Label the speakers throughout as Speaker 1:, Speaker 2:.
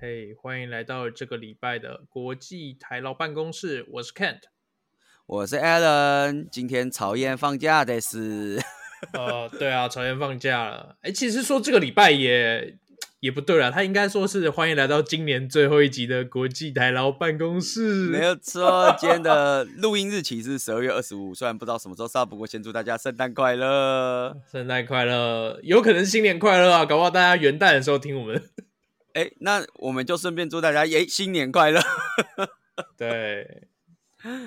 Speaker 1: 嘿欢迎来到这个礼拜的国际台劳办公室，我是 Kent。
Speaker 2: 我是 Alan，今天曹燕放假的是，
Speaker 1: 呃，对啊，朝鲜放假了。哎，其实说这个礼拜也也不对了，他应该说是欢迎来到今年最后一集的国际台劳办公室。
Speaker 2: 没有错。今天的录音日期是十二月二十五，虽然不知道什么时候上，不过先祝大家圣诞快乐。
Speaker 1: 圣诞快乐，有可能新年快乐啊！搞不好大家元旦的时候听我们。
Speaker 2: 哎，那我们就顺便祝大家耶新年快乐。
Speaker 1: 对，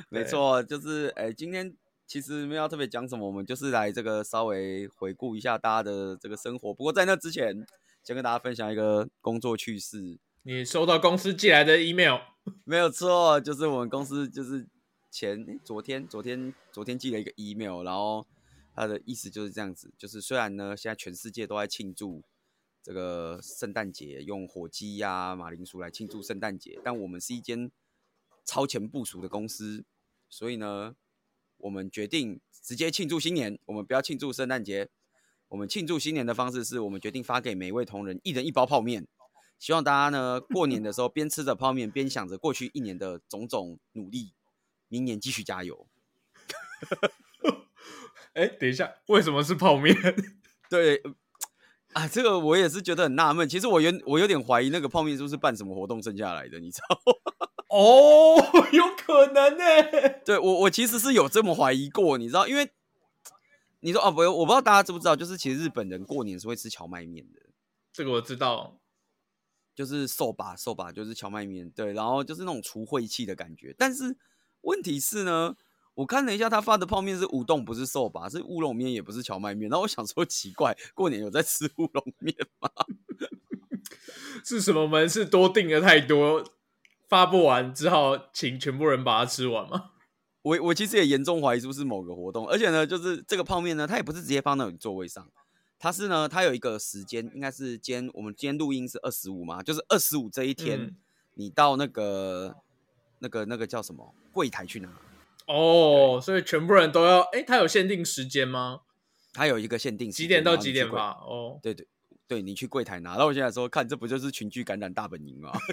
Speaker 2: 没错，就是哎，今天其实没有要特别讲什么，我们就是来这个稍微回顾一下大家的这个生活。不过在那之前，先跟大家分享一个工作趣事。
Speaker 1: 你收到公司寄来的 email，
Speaker 2: 没有错，就是我们公司就是前诶昨天昨天昨天寄了一个 email，然后他的意思就是这样子，就是虽然呢现在全世界都在庆祝这个圣诞节，用火鸡呀、马铃薯来庆祝圣诞节，但我们是一间超前部署的公司，所以呢，我们决定直接庆祝新年，我们不要庆祝圣诞节。我们庆祝新年的方式是我们决定发给每位同仁一人一包泡面，希望大家呢过年的时候边吃着泡面边想着过去一年的种种努力，明年继续加油。
Speaker 1: 哎，等一下，为什么是泡面？
Speaker 2: 对，呃啊，这个我也是觉得很纳闷。其实我原我有点怀疑那个泡面是不是办什么活动剩下来的，你知道吗？
Speaker 1: 哦，有可能呢、欸
Speaker 2: 对我，我其实是有这么怀疑过，你知道，因为你说哦，不，我不知道大家知不知道，就是其实日本人过年是会吃荞麦面的，
Speaker 1: 这个我知道。
Speaker 2: 就是寿把寿把就是荞麦面，对，然后就是那种除晦气的感觉。但是问题是呢，我看了一下他发的泡面是乌冬，不是寿把，是乌龙面，也不是荞麦面。然后我想说奇怪，过年有在吃乌龙面吗？
Speaker 1: 是什么门是多订了太多，发不完，只好请全部人把它吃完吗？
Speaker 2: 我我其实也严重怀疑是不是某个活动，而且呢，就是这个泡面呢，它也不是直接放到你座位上，它是呢，它有一个时间，应该是今天我们今天录音是二十五嘛，就是二十五这一天，
Speaker 1: 嗯
Speaker 2: 你到那个那个那个叫什么柜台去拿，
Speaker 1: 哦，所以全部人都要，哎，它有限定时间吗？
Speaker 2: 它有一个限定时
Speaker 1: 几
Speaker 2: 间啊
Speaker 1: 点到
Speaker 2: 然后你
Speaker 1: 几
Speaker 2: 去
Speaker 1: 点
Speaker 2: 柜
Speaker 1: 吧？哦，
Speaker 2: 对对对，你去柜台拿。然后我现在说，看这不就是群聚感染大本营吗？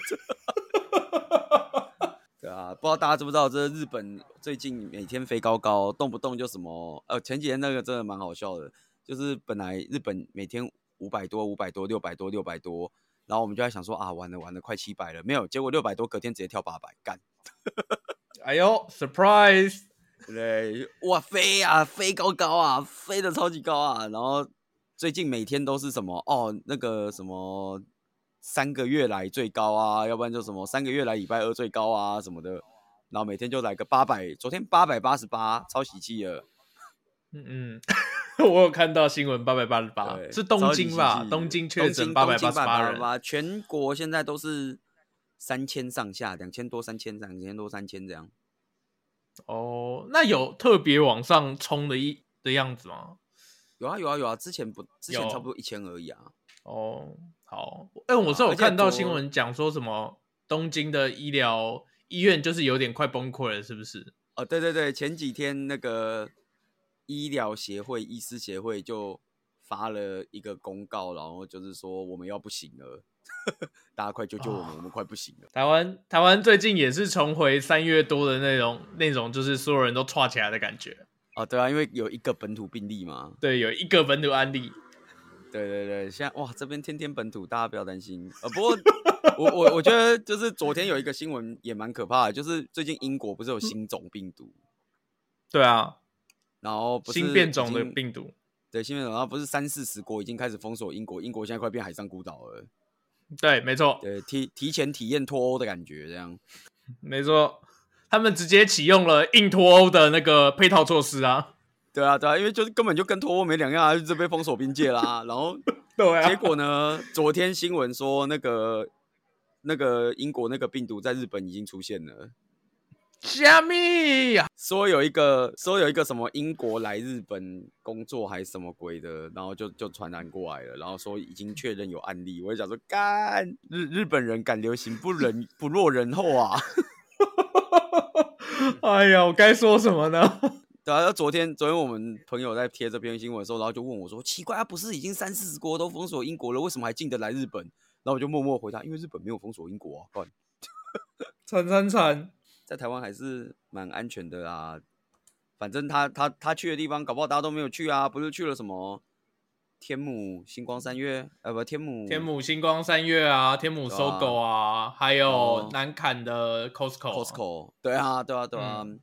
Speaker 2: 对啊，不知道大家知不知道，这日本最近每天飞高高，动不动就什么呃，前几天那个真的蛮好笑的，就是本来日本每天五百多、五百多、六百多、六百多，然后我们就在想说啊，完了完了，快七百了，没有，结果六百多隔天直接跳八百，干，
Speaker 1: 哎呦，surprise！
Speaker 2: 对，哇，飞啊，飞高高啊，飞得超级高啊。然后最近每天都是什么哦，那个什么三个月来最高啊，要不然就什么三个月来礼拜二最高啊什么的。然后每天就来个八百，昨天八百八十八，超喜气了。
Speaker 1: 嗯 嗯，我有看到新闻，八百八十八
Speaker 2: 对
Speaker 1: 是东京
Speaker 2: 超
Speaker 1: 吧
Speaker 2: 级？喜
Speaker 1: 东京确诊八
Speaker 2: 东
Speaker 1: 百
Speaker 2: 京
Speaker 1: 八十八人，
Speaker 2: 888全国现在都是三千上下，两千多、三千、两千多、三千这样。
Speaker 1: 哦，那有特别往上冲的一的样子吗？
Speaker 2: 有啊有啊有啊，之前不之前
Speaker 1: 有
Speaker 2: 差不多一千而已啊。
Speaker 1: 哦，好，哎、我是有
Speaker 2: 而且
Speaker 1: 看到
Speaker 2: 多
Speaker 1: 新闻讲说什么东京的医疗医院就是有点快崩溃了，是不是？
Speaker 2: 哦，对对对，前几天那个医疗协会、医师协会就发了一个公告，然后就是说我们要不行了， 大家快救救我们，
Speaker 1: 哦
Speaker 2: 我们快不行了。
Speaker 1: 台湾台湾最近也是重回三月多的那种那种，就是所有人都串起来的感觉。
Speaker 2: 哦，对啊，因为有一个本土病例嘛。
Speaker 1: 对，有一个本土案例，
Speaker 2: 对对对，现在哇，这边天天本土，大家不要担心。呃，不过我我我觉得就是昨天有一个新闻也蛮可怕的，就是最近英国不是有新种病毒，
Speaker 1: 对啊，
Speaker 2: 然后不是
Speaker 1: 新变
Speaker 2: 已
Speaker 1: 种的
Speaker 2: 经
Speaker 1: 病毒，
Speaker 2: 对新变种，然后不是三四十国已经开始封锁英国，英国现在快变海上孤岛了。
Speaker 1: 对，没错，
Speaker 2: 对，提提前体验脱欧的感觉，这样。
Speaker 1: 没错，他们直接启用了硬脱欧的那个配套措施啊。
Speaker 2: 对啊，对啊，因为就是根本就跟脱欧没两样啊，就直被封锁边界啦。啊然后
Speaker 1: 对
Speaker 2: 结果呢，昨天新闻说那个那个英国那个病毒在日本已经出现了，
Speaker 1: 加密呀，
Speaker 2: 说有一个说有一个什么英国来日本工作还是什么鬼的，然后就就传染过来了，然后说已经确认有案例。我就想说，干日日本人敢流行不人不落人后啊！
Speaker 1: 哎呀，我该说什么呢？
Speaker 2: 对啊，昨天昨天我们朋友在贴这篇新闻的时候，然后就问我说：“奇怪，啊，不是已经三四十国都封锁英国了，为什么还进得来日本？”然后我就默默回他，因为日本没有封锁英国啊，干
Speaker 1: 惨惨惨！
Speaker 2: 在台湾还是蛮安全的啦。反正他他他去的地方，搞不好大家都没有去啊，不是去了什么天母星光三月，呃，不，天母
Speaker 1: 天母星光三月啊，天母
Speaker 2: 对啊
Speaker 1: 搜狗啊，还
Speaker 2: 哦
Speaker 1: 有南坎的 Costco。
Speaker 2: Costco，对啊，对啊，对啊。
Speaker 1: 嗯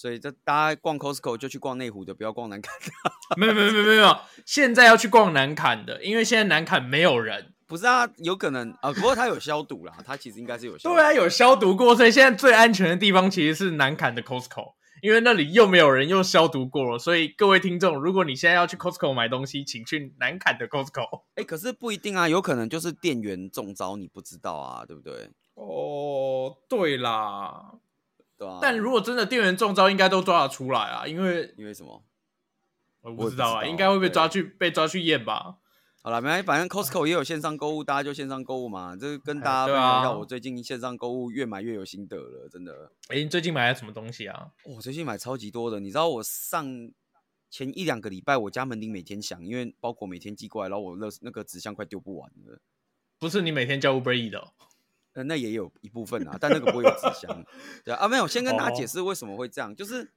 Speaker 2: 所以这大家逛 Costco 就去逛内湖的，不要逛南 坎。
Speaker 1: 没有没有没有没有没有，现在要去逛南坎的，因为现在南坎没有人。
Speaker 2: 不是啊，有可能啊、不过它有消毒啦，它其实应该是有消毒。
Speaker 1: 对啊，有消毒过，所以现在最安全的地方其实是南坎的 Costco，因为那里又没有人，又消毒过了。所以各位听众，如果你现在要去 Costco 买东西，请去南坎的 Costco。
Speaker 2: 哎、可是不一定啊，有可能就是店员中招，你不知道啊，对不对？
Speaker 1: 哦，对啦，
Speaker 2: 对啊。
Speaker 1: 但如果真的店员中招，应该都抓得出来啊，因为
Speaker 2: 因为什么？
Speaker 1: 我
Speaker 2: 我也
Speaker 1: 不
Speaker 2: 不
Speaker 1: 知道啊，
Speaker 2: 知道
Speaker 1: 应该会被
Speaker 2: 对
Speaker 1: 抓去被抓去验吧。
Speaker 2: 好了，没关系，反正 Costco 也有线上购物，大家就线上购物嘛。这个跟大家
Speaker 1: 啊哎
Speaker 2: 分
Speaker 1: 对啊
Speaker 2: 享一下，我最近线上购物越买越有心得了，真的。
Speaker 1: 哎、你最近买了什么东西啊？
Speaker 2: 哦我最近买超级多的，你知道我上前一两个礼拜，我家门铃每天响，因为包裹每天寄过来，然后我那那个纸箱快丢不完了。
Speaker 1: 不是你每天叫 Uber E 的哦、
Speaker 2: 呃，那也有一部分啊，但那个不会有纸 箱。对啊，啊没有，先跟大家解
Speaker 1: 哦
Speaker 2: 释为什么会这样，就是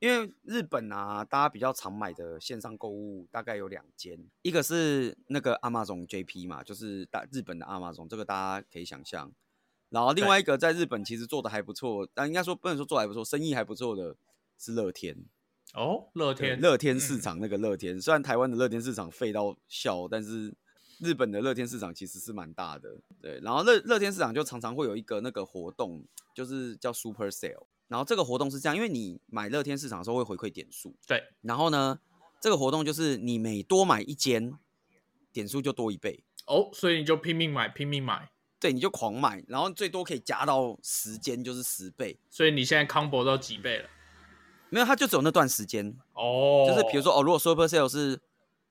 Speaker 2: 因为日本啊，大家比较常买的线上购物大概有两间，一个是那个 Amazon JP 嘛，就是大日本的 Amazon，这个大家可以想象。然后另
Speaker 1: 对
Speaker 2: 外一个在日本其实做的还不错，但应该说不能说做的还不错，生意还不错的是乐天。
Speaker 1: 哦，乐
Speaker 2: 对
Speaker 1: 天，
Speaker 2: 乐天市
Speaker 1: 嗯
Speaker 2: 场那个乐天，虽然台湾的乐天市场废到笑，但是日本的乐天市场其实是蛮大的。对，然后乐乐天市场就常常会有一个那个活动，就是叫 Super Sale。然后这个活动是这样，因为你买乐天市场的时候会回馈点数，
Speaker 1: 对。
Speaker 2: 然后呢，这个活动就是你每多买一间，点数就多一倍。
Speaker 1: 哦，所以你就拼命买，拼命买。
Speaker 2: 对，你就狂买，然后最多可以加到十间，就是十倍。
Speaker 1: 所以你现在 combo 到几倍了？
Speaker 2: 没有，它就只有那段时间，
Speaker 1: 哦，
Speaker 2: 就是比如，说哦，如果 Super Sale 是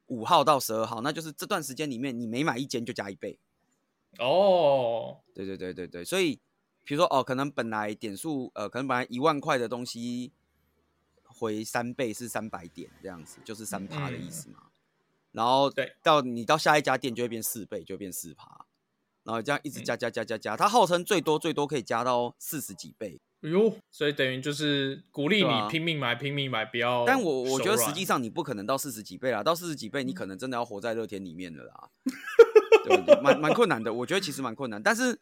Speaker 2: 五号到十二号，那就是这段时间里面你每买一间就加一倍。
Speaker 1: 哦，
Speaker 2: 对对对对对，所以比如说哦，可能本来点数呃，可能本来一万块的东西回三倍是三百点这样子，就是三趴的意思嘛。然后
Speaker 1: 对
Speaker 2: 到你到下一家店就会变四倍，就会变四趴，然后这样一直加加加加加，它号称最多最多可以加到四十几倍，
Speaker 1: 哎呦，所以等于就是鼓励
Speaker 2: 对啊
Speaker 1: 你拼命买，拼命买，不要手
Speaker 2: 但
Speaker 1: 软。嗯
Speaker 2: 我我觉得实际上你不可能到四十几倍啦，到四十几倍你可能真的要活在乐天里面 了啦，对，蛮蛮困难的。我觉得其实蛮困难，但是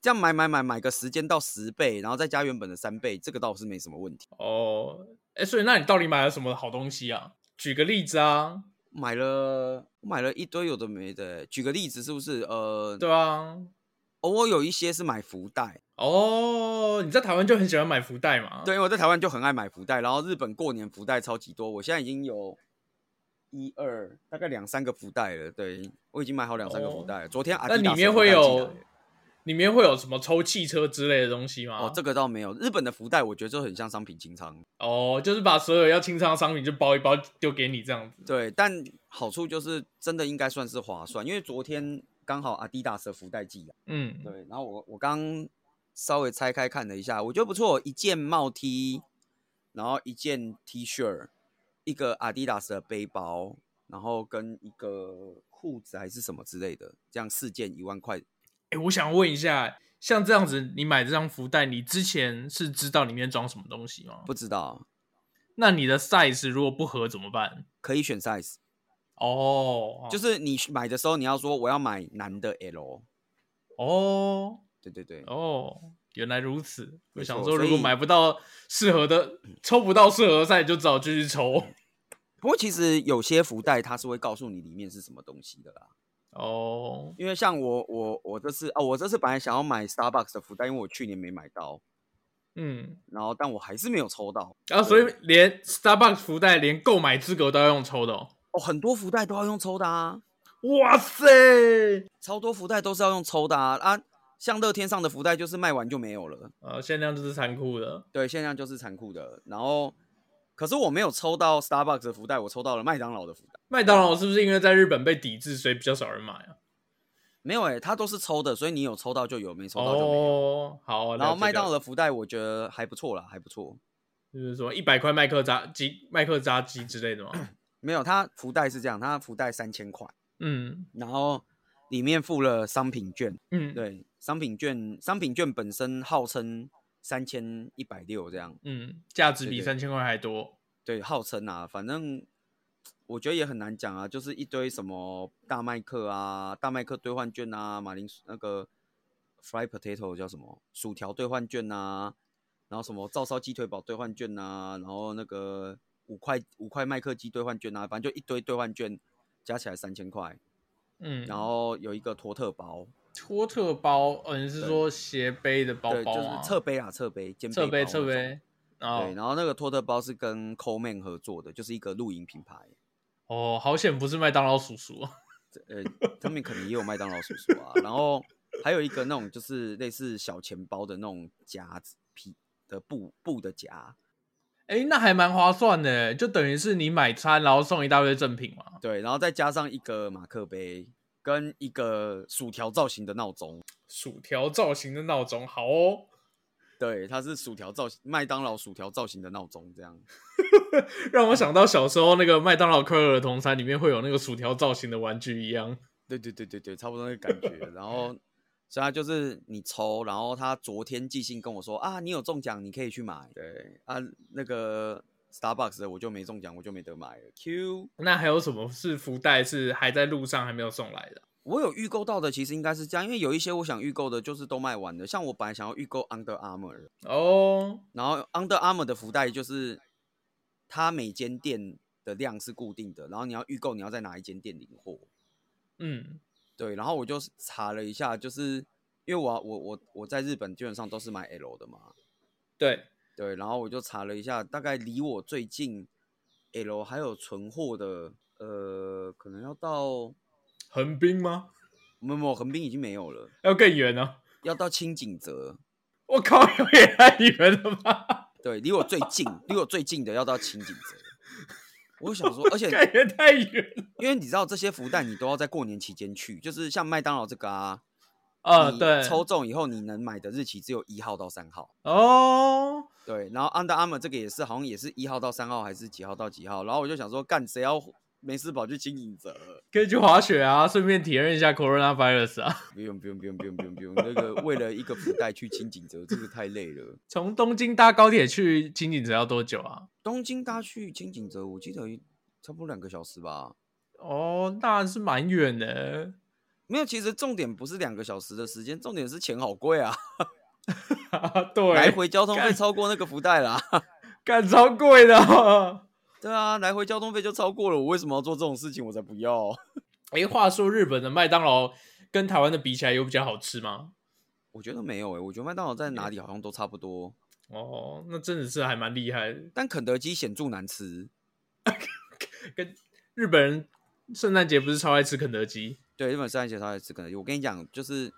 Speaker 2: 这样买买买买个时间到十倍，然后再加原本的三倍，这个倒是没什么问题。
Speaker 1: 哦，哎，所以那你到底买了什么好东西啊？举个例子啊，
Speaker 2: 买了我买了一堆有的没的、举个例子是不是？呃，
Speaker 1: 对啊，
Speaker 2: 哦，我有一些是买福袋，
Speaker 1: 哦，你在台湾就很喜欢买福袋嘛？，
Speaker 2: 对，因为我在台湾就很爱买福袋，然后日本过年福袋超级多，我现在已经有一二大概两三个福袋了，对我已经买好两三个福
Speaker 1: 哦
Speaker 2: 袋了。昨天阿
Speaker 1: 那
Speaker 2: 迪达
Speaker 1: 里
Speaker 2: 斯
Speaker 1: 面
Speaker 2: 福
Speaker 1: 会
Speaker 2: 袋进
Speaker 1: 有
Speaker 2: 来了
Speaker 1: 里面会有什么抽汽车之类的东西吗？
Speaker 2: 哦，这个倒没有。日本的福袋，我觉得就很像商品清仓。
Speaker 1: 哦，就是把所有要清仓的商品就包一包丢给你这样子。
Speaker 2: 对，但好处就是真的应该算是划算，因为昨天刚好阿迪达斯的福袋寄来，
Speaker 1: 嗯，
Speaker 2: 对，然后我我刚稍微拆开看了一下，我觉得不错，一件帽 T，然后一件 T 恤，一个阿迪达斯的背包，然后跟一个裤子还是什么之类的，这样四件一万块。
Speaker 1: 哎、我想问一下，像这样子，你买这张福袋，你之前是知道里面装什么东西吗？
Speaker 2: 不知道
Speaker 1: 那你的 size 如果不合怎么办？
Speaker 2: 可以选 size，
Speaker 1: 哦，
Speaker 2: 就是是你买的时候你要说我要买男的 L，
Speaker 1: 哦
Speaker 2: 对对对，
Speaker 1: 哦，原来如此。我
Speaker 2: 没错
Speaker 1: 想说，
Speaker 2: 所以
Speaker 1: 如果买不到适合的，抽不到适合的 size，就只好继续抽。
Speaker 2: 嗯不过其实有些福袋它是会告诉你里面是什么东西的啦，
Speaker 1: 哦，
Speaker 2: 因为像我我我这次哦，我这次本来想要买 Starbucks 的福袋，因为我去年没买到，
Speaker 1: 嗯，
Speaker 2: 然后但我还是没有抽到
Speaker 1: 然、后所以连 Starbucks 福袋连购买资格都要用抽的哦。
Speaker 2: 哦，很多福袋都要用抽的啊，
Speaker 1: 哇塞！
Speaker 2: 超多福袋都是要用抽的啊啊，像乐天上的福袋就是卖完就没有了，
Speaker 1: 呃，限量就是残酷的。
Speaker 2: 对，现在就是残酷的，然后可是我没有抽到 Starbucks 的福袋，我抽到了麦当劳的福袋，
Speaker 1: 麦当劳是不是因为在日本被抵制，所以比较少人买啊？
Speaker 2: 没有诶、它都是抽的，所以你有抽到就有，没抽到就没有。
Speaker 1: 哦，好，
Speaker 2: 然后麦当
Speaker 1: 劳
Speaker 2: 劳的福袋我觉得还不错啦，还不错。
Speaker 1: 就是说一百块麦克炸鸡、麦克炸鸡之类的嘛。
Speaker 2: 没有，它福袋是这样，它福袋三千块，
Speaker 1: 嗯，
Speaker 2: 然后里面附了商品券，
Speaker 1: 嗯，，
Speaker 2: 对，商品券商品券本身号称三千一百六这样，
Speaker 1: 嗯，价值比
Speaker 2: 对对
Speaker 1: 三千块还多。
Speaker 2: 对，号称啊，反正我觉得也很难讲啊，就是一堆什么大麦克啊、大麦克兑换券啊、马铃薯那个 fry potato 叫什么薯条兑换券啊，然后什么照烧鸡腿堡兑换券啊，然后那个五块五块麦克鸡兑换券啊，反正就一堆兑换券，加起来三千块，
Speaker 1: 嗯，
Speaker 2: 然后有一个托特包，
Speaker 1: 托特包，嗯、你是
Speaker 2: 对
Speaker 1: 说斜背的包
Speaker 2: 对，
Speaker 1: 包
Speaker 2: 就
Speaker 1: 吗？
Speaker 2: 是侧背啊，侧背肩
Speaker 1: 侧背
Speaker 2: 背包
Speaker 1: 侧
Speaker 2: 那种
Speaker 1: 背，
Speaker 2: 对，
Speaker 1: 哦
Speaker 2: 然后那个托特包是跟 Coleman 合作的，就是一个露营品牌。
Speaker 1: 哦，好险不是麦当劳叔叔。
Speaker 2: 呃，他们可能也有麦当劳叔叔啊，然后还有一个那种就是类似小钱包的那种夹子皮的布布的夹，
Speaker 1: 哎、那还蛮划算的，就等于是你买餐，然后送一大堆赠品嘛。
Speaker 2: 对，然后再加上一个马克杯跟一个薯条造型的闹钟，
Speaker 1: 薯条造型的闹钟，好哦。
Speaker 2: 对，它是薯条造型，麦当劳薯条造型的闹钟这样，
Speaker 1: 让我想到小时候那个麦当劳快乐儿童餐里面会有那个薯条造型的玩具一样。
Speaker 2: 对对对对对，差不多那个感觉。然后，所以他就是你抽，然后他昨天寄信跟我说啊，你有中奖，你可以去买。对啊，那个 Starbucks 的我就没中奖，我就没得买了。Q。
Speaker 1: 那还有什么是福袋是还在路上还没有送来的？
Speaker 2: 我有预购到的，其实应该是这样，因为有一些我想预购的，就是都卖完了。像我本来想要预购 Under Armour，
Speaker 1: 哦，
Speaker 2: 然后 Under Armour 的福袋就是它每间店的量是固定的，然后你要预购，你要在哪一间店领货。
Speaker 1: 嗯，
Speaker 2: 对，然后我就查了一下，就是因为我我我我在日本基本上都是买 L 的嘛，
Speaker 1: 对，
Speaker 2: 对，然后我就查了一下，大概离我最近 L 还有存货的，呃，可能要到
Speaker 1: 横滨吗？
Speaker 2: 没有没有横滨已经没有了，
Speaker 1: 要更远呢、啊
Speaker 2: 要到清井泽。
Speaker 1: 我靠，也太远了 吧？
Speaker 2: 对，离我最近，离我最近的要到清景泽。我想说，而且
Speaker 1: 感觉太远了。
Speaker 2: 因为你知道这些福袋，你都要在过年期间去，就是像麦当劳这个啊，
Speaker 1: 啊，
Speaker 2: 你
Speaker 1: 对，
Speaker 2: 抽中以后你能买的日期只有一号到三号。
Speaker 1: 哦，
Speaker 2: 对，然后 Under Armour 这个也是，好像也是一号到三号，还是几号到几号？然后我就想说，干谁要没事跑去清景泽？
Speaker 1: 可以去滑雪啊，顺便体验一下 coronavirus 啊。
Speaker 2: 不用不用不用不用不用不用，那个为了一个福袋去清景泽，这个太累了。
Speaker 1: 从东京搭高铁去金井泽要多久啊？
Speaker 2: 东京搭去清景泽，我记得差不多两个小时吧。
Speaker 1: 哦，那是蛮远的。
Speaker 2: 没有，其实重点不是两个小时的时间，重点是钱好贵啊，
Speaker 1: 对，
Speaker 2: 来回交通费
Speaker 1: 干
Speaker 2: 超过那个福袋啦。
Speaker 1: 干超贵的、哦。
Speaker 2: 对啊，来回交通费就超过了，我为什么要做这种事情？我才不要！
Speaker 1: 哎、话说日本的麦当劳跟台湾的比起来，有比较好吃吗？
Speaker 2: 我觉得没有诶、欸我觉得麦当劳在哪里好像都差不多，
Speaker 1: 哦，那真的是还蛮厉害的。
Speaker 2: 但肯德基显著难吃。
Speaker 1: 跟日本人圣诞节不是超爱吃肯德基？
Speaker 2: 对，日本圣诞节超爱吃肯德基，我跟你讲，就是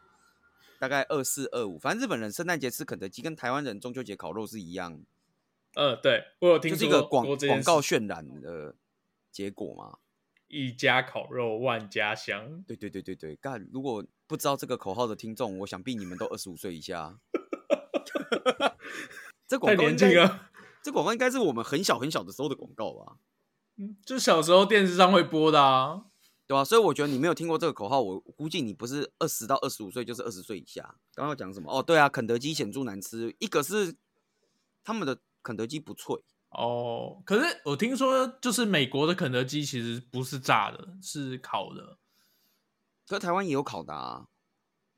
Speaker 2: 大概二四二五，反正日本人圣诞节吃肯德基跟台湾人中秋节烤肉是一样，
Speaker 1: 呃，对我有听
Speaker 2: 就是
Speaker 1: 说
Speaker 2: 一个广
Speaker 1: 过这件
Speaker 2: 广
Speaker 1: 事
Speaker 2: 告渲染的结果嘛。
Speaker 1: 一家烤肉万家香。
Speaker 2: 对对对对对，干！如果不知道这个口号的听众，我想必你们都二十五岁 以下。这广
Speaker 1: 太
Speaker 2: 告
Speaker 1: 年
Speaker 2: 应该
Speaker 1: 轻，了，
Speaker 2: 这广告应该是我们很小很小的时候的广告吧？
Speaker 1: 嗯就小时候电视上会播的啊。
Speaker 2: 对吧、所以我觉得你没有听过这个口号，我估计你不是二十到二十五岁，就是二十岁以下。刚刚要讲什么？哦，对啊，肯德基显著难吃，一个是他们的肯德基不脆，
Speaker 1: 哦，可是我听说，就是美国的肯德基其实不是炸的，是烤的，
Speaker 2: 可是台湾也有烤的啊。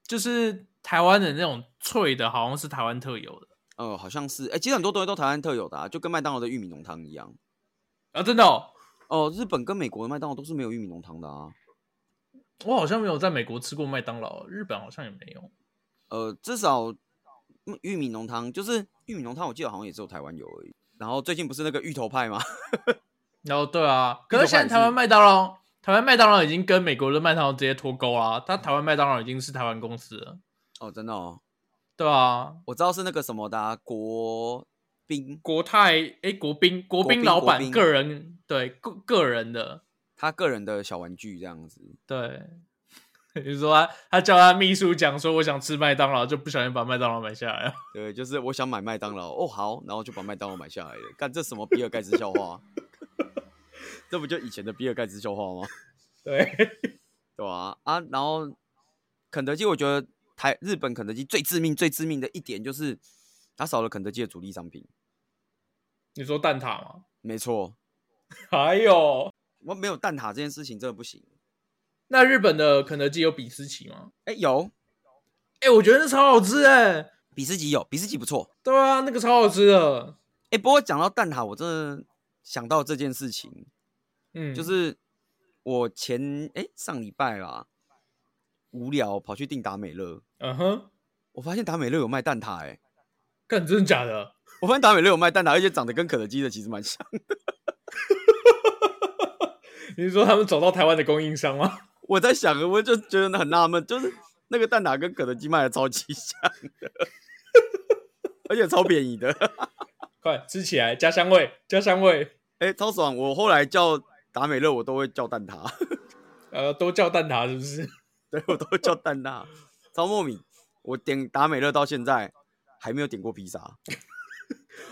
Speaker 1: 就是台湾的那种脆的，好像是台湾特有的
Speaker 2: 呃，好像是，哎、其实很多东西都台湾特有的、啊，就跟麦当劳的玉米浓汤一样。
Speaker 1: 啊，真的、哦。
Speaker 2: 哦，日本跟美国的麦当劳都是没有玉米浓汤的啊。
Speaker 1: 我好像没有在美国吃过麦当劳，日本好像也没有。
Speaker 2: 呃，至少嗯玉米浓汤就是玉米浓汤，我记得好像也只有台湾有而已。然后最近不是那个芋头派吗？
Speaker 1: 然后对啊，
Speaker 2: 一
Speaker 1: 可
Speaker 2: 个
Speaker 1: 是现在
Speaker 2: 饭
Speaker 1: 台湾
Speaker 2: 是
Speaker 1: 麦当劳，台湾麦当劳已经跟美国的麦当劳直接脱钩啦。它台湾麦当劳已经是台湾公司了，
Speaker 2: 哦，真的哦，
Speaker 1: 对啊。
Speaker 2: 我知道是那个什么的啊、国宾，
Speaker 1: 国泰哎，国宾国
Speaker 2: 国
Speaker 1: 宾
Speaker 2: 宾
Speaker 1: 老
Speaker 2: 国
Speaker 1: 板
Speaker 2: 宾
Speaker 1: 个人对个个人的
Speaker 2: 他个人的小玩具这样子。
Speaker 1: 对， 比如说他他叫他秘书讲说我想吃麦当劳，就不小心把麦当劳买下来了。
Speaker 2: 对，就是我想买麦当劳，哦好，然后就把麦当劳买下来了。干这什么比尔盖茨 笑话？这不就以前的比尔盖茨笑话吗？
Speaker 1: 对，
Speaker 2: 对吧、啊？然后肯德基，我觉得台日本肯德基最致命、最致命的一点就是它少了肯德基的主力商品。
Speaker 1: 你说蛋挞吗？
Speaker 2: 没错，
Speaker 1: 还有，
Speaker 2: 我没有蛋挞这件事情真的不行。
Speaker 1: 那日本的肯德基有比斯奇吗？
Speaker 2: 哎，有
Speaker 1: 哎、我觉得那超好吃哎、
Speaker 2: 比斯吉有，比斯吉不错。
Speaker 1: 对啊，那个超好吃的。
Speaker 2: 哎，不过讲到蛋挞，我真的想到这件事情，
Speaker 1: 嗯，
Speaker 2: 就是我前哎上礼拜啦，无聊跑去订达美乐，
Speaker 1: 嗯哼，
Speaker 2: 我发现达美乐有卖蛋挞哎、
Speaker 1: 干真的假的？
Speaker 2: 我发现达美乐有卖蛋挞，而且长得跟肯德基的其实蛮像。
Speaker 1: 你是说他们找到台湾的供应商吗？
Speaker 2: 我在想，我就觉得很纳闷，就是那个蛋挞跟肯德基卖的超级像的，而且超便宜的，
Speaker 1: 快吃起来，加香味，加香味，
Speaker 2: 哎、超爽！我后来叫达美乐，我都会叫蛋挞，
Speaker 1: 呃，都叫蛋挞是不是？
Speaker 2: 对我都会叫蛋挞，超莫名。我点达美乐到现在还没有点过披萨，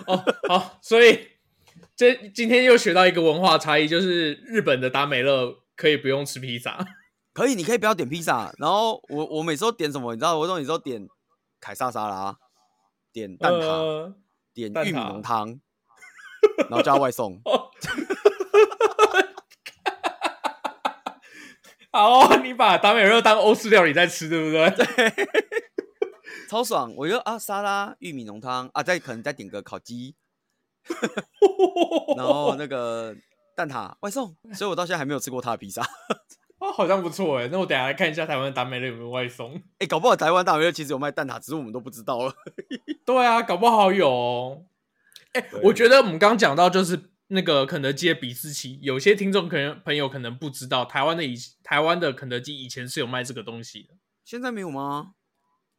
Speaker 1: 哦，好，所以这今天又学到一个文化差异，就是日本的达美乐可以不用吃披萨。
Speaker 2: 可以，你可以不要点披萨。然后我我每次都点什么，你知道，我都每次都点凯撒沙拉，点蛋挞，
Speaker 1: 呃
Speaker 2: 点
Speaker 1: 蛋
Speaker 2: 玉米
Speaker 1: 挞
Speaker 2: 浓汤，然后叫外送。
Speaker 1: 好哦，你把达美乐当欧式料理在吃，对不对？
Speaker 2: 超爽！我就啊，沙拉、玉米浓汤啊，再可能再点个烤 鸡，然后那个蛋挞外送，所以我到现在还没有吃过他的披萨。
Speaker 1: 哦，好像不错哎。那我等一下来看一下台湾的达美乐有没有外送。
Speaker 2: 哎、搞不好台湾大学其实有卖蛋挞，只是我们都不知道了。
Speaker 1: 对啊，搞不好有、哦。哎、
Speaker 2: 对
Speaker 1: 我觉得我们刚讲到就是那个肯德基的比斯奇，有些听众可能朋友可能不知道，台湾的以台湾的肯德基以前是有卖这个东西的。
Speaker 2: 现在没有吗？